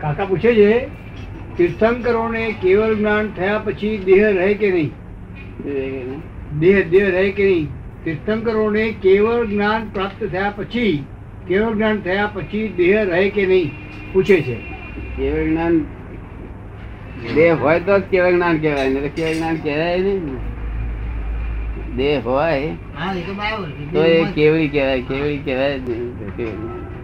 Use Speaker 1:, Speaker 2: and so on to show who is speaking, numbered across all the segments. Speaker 1: કાકા પૂછે છે તીર્થંકરોને કેવળ જ્ઞાન થયા પછી દેહ રહે કે નહીં દેહ દેહ રહે કે નહીં તીર્થંકરોને કેવળ જ્ઞાન પ્રાપ્ત થયા પછી કેવળ જ્ઞાન થયા પછી દેહ રહે કે નહીં પૂછે છે
Speaker 2: કેવળ જ્ઞાન દેહ હોય તો જ કેવળ જ્ઞાન કહેવાય ને કેવળ જ્ઞાન કહેવાય નહીં ને. દેહ હોય
Speaker 3: હા, એ તો બરાબર છે.
Speaker 2: તો એ
Speaker 3: દેહમાં
Speaker 2: કેવળી કહેવાય કેવળી કહેવાય જ નહીં. કેવળ જ્ઞાન.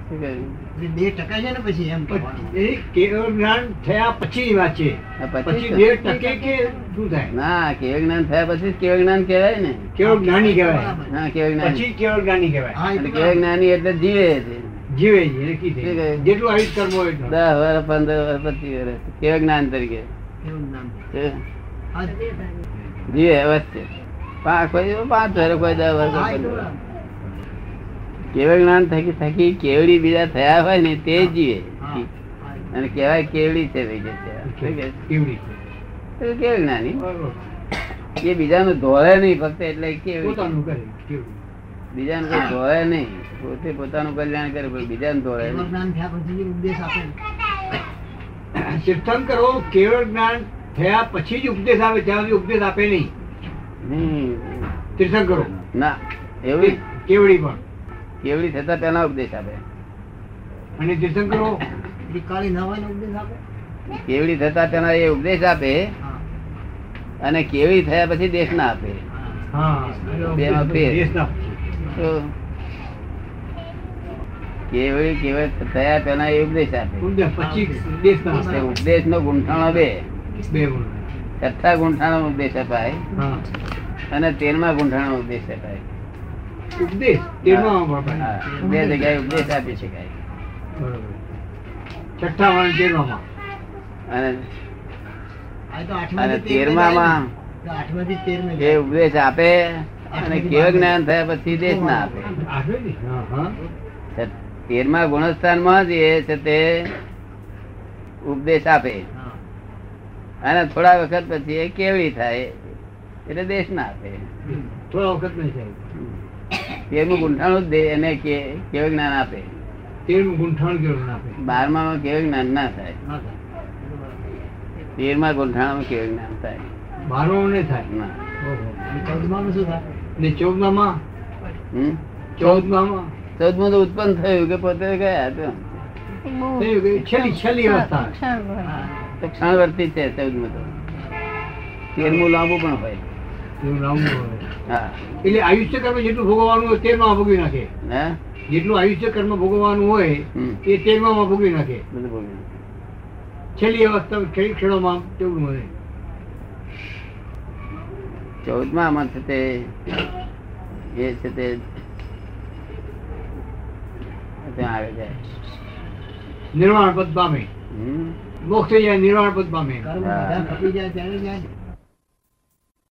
Speaker 2: શું કહેવાય?
Speaker 3: જે દેહ ટકાય છે ને પછી એમ
Speaker 1: પણ
Speaker 3: કહેવાનું.
Speaker 1: એ કેવળ જ્ઞાન થયા પછી વાત છે
Speaker 2: આ
Speaker 1: પછી
Speaker 2: પછી
Speaker 1: દેહ ટકે કે શું થાય
Speaker 2: ના કેવળ જ્ઞાન થયા પછી જ કેવળ જ્ઞાન કહેવાય ને
Speaker 1: કેવળ જ્ઞાની કહેવાય
Speaker 3: બરાબર.
Speaker 2: હા કેવળ જ્ઞાન
Speaker 1: પછી કેવળ જ્ઞાની કહેવાય
Speaker 3: હા, એ
Speaker 2: એટલે
Speaker 3: તો
Speaker 2: કેવળ
Speaker 3: બરાબર.
Speaker 2: જ્ઞાની એટલે જીવે છે
Speaker 1: જીવે છે એને કીધું
Speaker 2: જીવે.
Speaker 1: જેટલું આયુષ કર્મ હોય એટલું.
Speaker 2: દસ વર્ષ પંદર વર્ષ પચીસ વર્ષ કેવળ જ્ઞાન તરીકે
Speaker 3: એવું નામ.
Speaker 2: હે?
Speaker 3: હા,
Speaker 2: જીવે અવશ્ય પાંચ કોઈ પાંચ વર્ષ કોઈ દસ વર્ષ
Speaker 3: હા,
Speaker 2: કોઈ
Speaker 3: એ તો
Speaker 2: પંદર વર્ષ.
Speaker 3: બરાબર.
Speaker 2: કેવળ જ્ઞાન થકી થકી કેવડી બીજા થયા હોય ને તે જ
Speaker 3: હા,
Speaker 2: જીવે
Speaker 3: હા, એ
Speaker 2: અને કહેવાય કેવડી છે ભાઈ કે છે. શું
Speaker 1: કેવડી
Speaker 2: કે? એ કેવળ જ્ઞાની
Speaker 1: બરોબર.
Speaker 2: એ બીજાનું ધોળે નહીં ફક્ત એટલે કેવડી
Speaker 1: પોતાનું કરે કેવડી
Speaker 2: બીજાનું કોઈ ધોળે નહીં પોતે પોતાનું કલ્યાણ કરે પણ બીજાનું ધોળે
Speaker 3: કેવળ
Speaker 2: નહીં
Speaker 3: જ્ઞાન થયા પછી જે ઉપદેશ આપે ને.
Speaker 1: તીર્થંકરો કેવળ જ્ઞાન થયા પછી જ ઉપદેશ આપે ત્યાં સુધી ઉપદેશ આપે નહીં
Speaker 2: નહીં.
Speaker 1: તીર્થંકરો
Speaker 2: ના એવું
Speaker 1: કેવડી પણ
Speaker 2: કેવડી થતા પહેલા ઉપદેશ આપે
Speaker 1: અને તીર્થંકરો
Speaker 3: જે કાળી ન હોય ને ઉપદેશ આપે.
Speaker 2: કેવડી થતા પહેલા એ ઉપદેશ આપે
Speaker 3: હા,
Speaker 2: અને કેવડી થયા પછી દેશ ના આપે
Speaker 3: હા.
Speaker 1: હા
Speaker 2: બેમાં ફેર.
Speaker 1: દેશના
Speaker 2: તો કેવડી કેવળ થયા પહેલા એ ઉપદેશ આપે
Speaker 1: ઉપદેશ પછી દેશના
Speaker 2: તે ઉપદેશનો ગુંઠાણો બે
Speaker 1: બે ગુણ.
Speaker 2: છઠ્ઠા ગુંઠાણો ઉપદેશ અપાય
Speaker 1: હા
Speaker 2: અને તેરમા ગુંઠાણો ઉપદેશ અપાય
Speaker 1: ઉપદેશ તેરમા વાપરાય.
Speaker 2: હા, બે જગ્યાએ ઉપદેશ આપી શકાય
Speaker 1: બરોબર છઠ્ઠા વાળા તેરમામાં.
Speaker 2: અને
Speaker 3: આ તો આઠમાંથી
Speaker 2: અને
Speaker 3: તેરને જાય
Speaker 2: તેરમામાં?
Speaker 3: ને. તો આઠમાંથી તેરને
Speaker 2: એ
Speaker 3: જાય.
Speaker 2: ઉપદેશ આપે અને કેવ જ્ઞાન થયા પછી દેશ ના આપે
Speaker 1: આવે ને? હા હા
Speaker 2: તેરમા ગુણસ્થાનમાં જ એ છે તે ઉપદેશ આપે
Speaker 3: હા,
Speaker 2: અને થોડા વખત પછી એ કેવડી થાય એટલે દેશ ના આપે
Speaker 1: થોડા વખત નહીં સાહેબ
Speaker 2: તેરમું ગુંઠાણું જ દે એને કે કેવ જ્ઞાન આપે
Speaker 1: તેરમું ગુંઠાણ કેવળ ના આપે
Speaker 2: બારમા કેવ જ્ઞાન ના થાય
Speaker 3: હા, સાહેબ. એ તો બરાબર.
Speaker 2: તેરમા ગુંઠાણું કેવ જ્ઞાન થાય
Speaker 1: બારમામાં નહીં થાય
Speaker 2: ના
Speaker 1: ઓહો.
Speaker 3: અને ચૌદમામાં શું થાય?
Speaker 1: ને ચૌદમામાં
Speaker 2: હમ?
Speaker 1: ચૌદમામાં
Speaker 2: ચૌદમું તો ઉત્પન્ન થયું કે પોતે ગયા તો
Speaker 1: થયું કે છેલ્લી છેલ્લી અવસ્થા
Speaker 3: હા,
Speaker 2: તો ક્ષણવર્તી છે ચૌદમું તો તેરમું લાંબુ પણ હોય
Speaker 1: એવું લાંબુ હોય.
Speaker 2: હા
Speaker 1: એટલે આયુષ્ય કર્મ જેટલું ભોગવવાનું હોય તેરમાં ભોગવી નાખે
Speaker 2: હે?
Speaker 1: જેટલું આયુષ્ય કર્મ ભોગવવાનું હોય
Speaker 2: હમ.
Speaker 1: એ તેરમાં ભોગવી નાખે
Speaker 2: બધું ભોગવ્યું.
Speaker 1: છેલ્લી અવસ્થા ખેડી ખેડોમાં તેવું હોય
Speaker 2: ચૌદમા માં છે તે એ છે તે ત્યાં આવે છે
Speaker 1: નિર્વાણ પદ પામે
Speaker 2: હમ?
Speaker 1: મોક્ષ થઈ જાય નિર્વાણ પદ પામે
Speaker 3: કર્મ બધા
Speaker 2: હા.
Speaker 3: ખપી જાય ત્યારે જાય ને.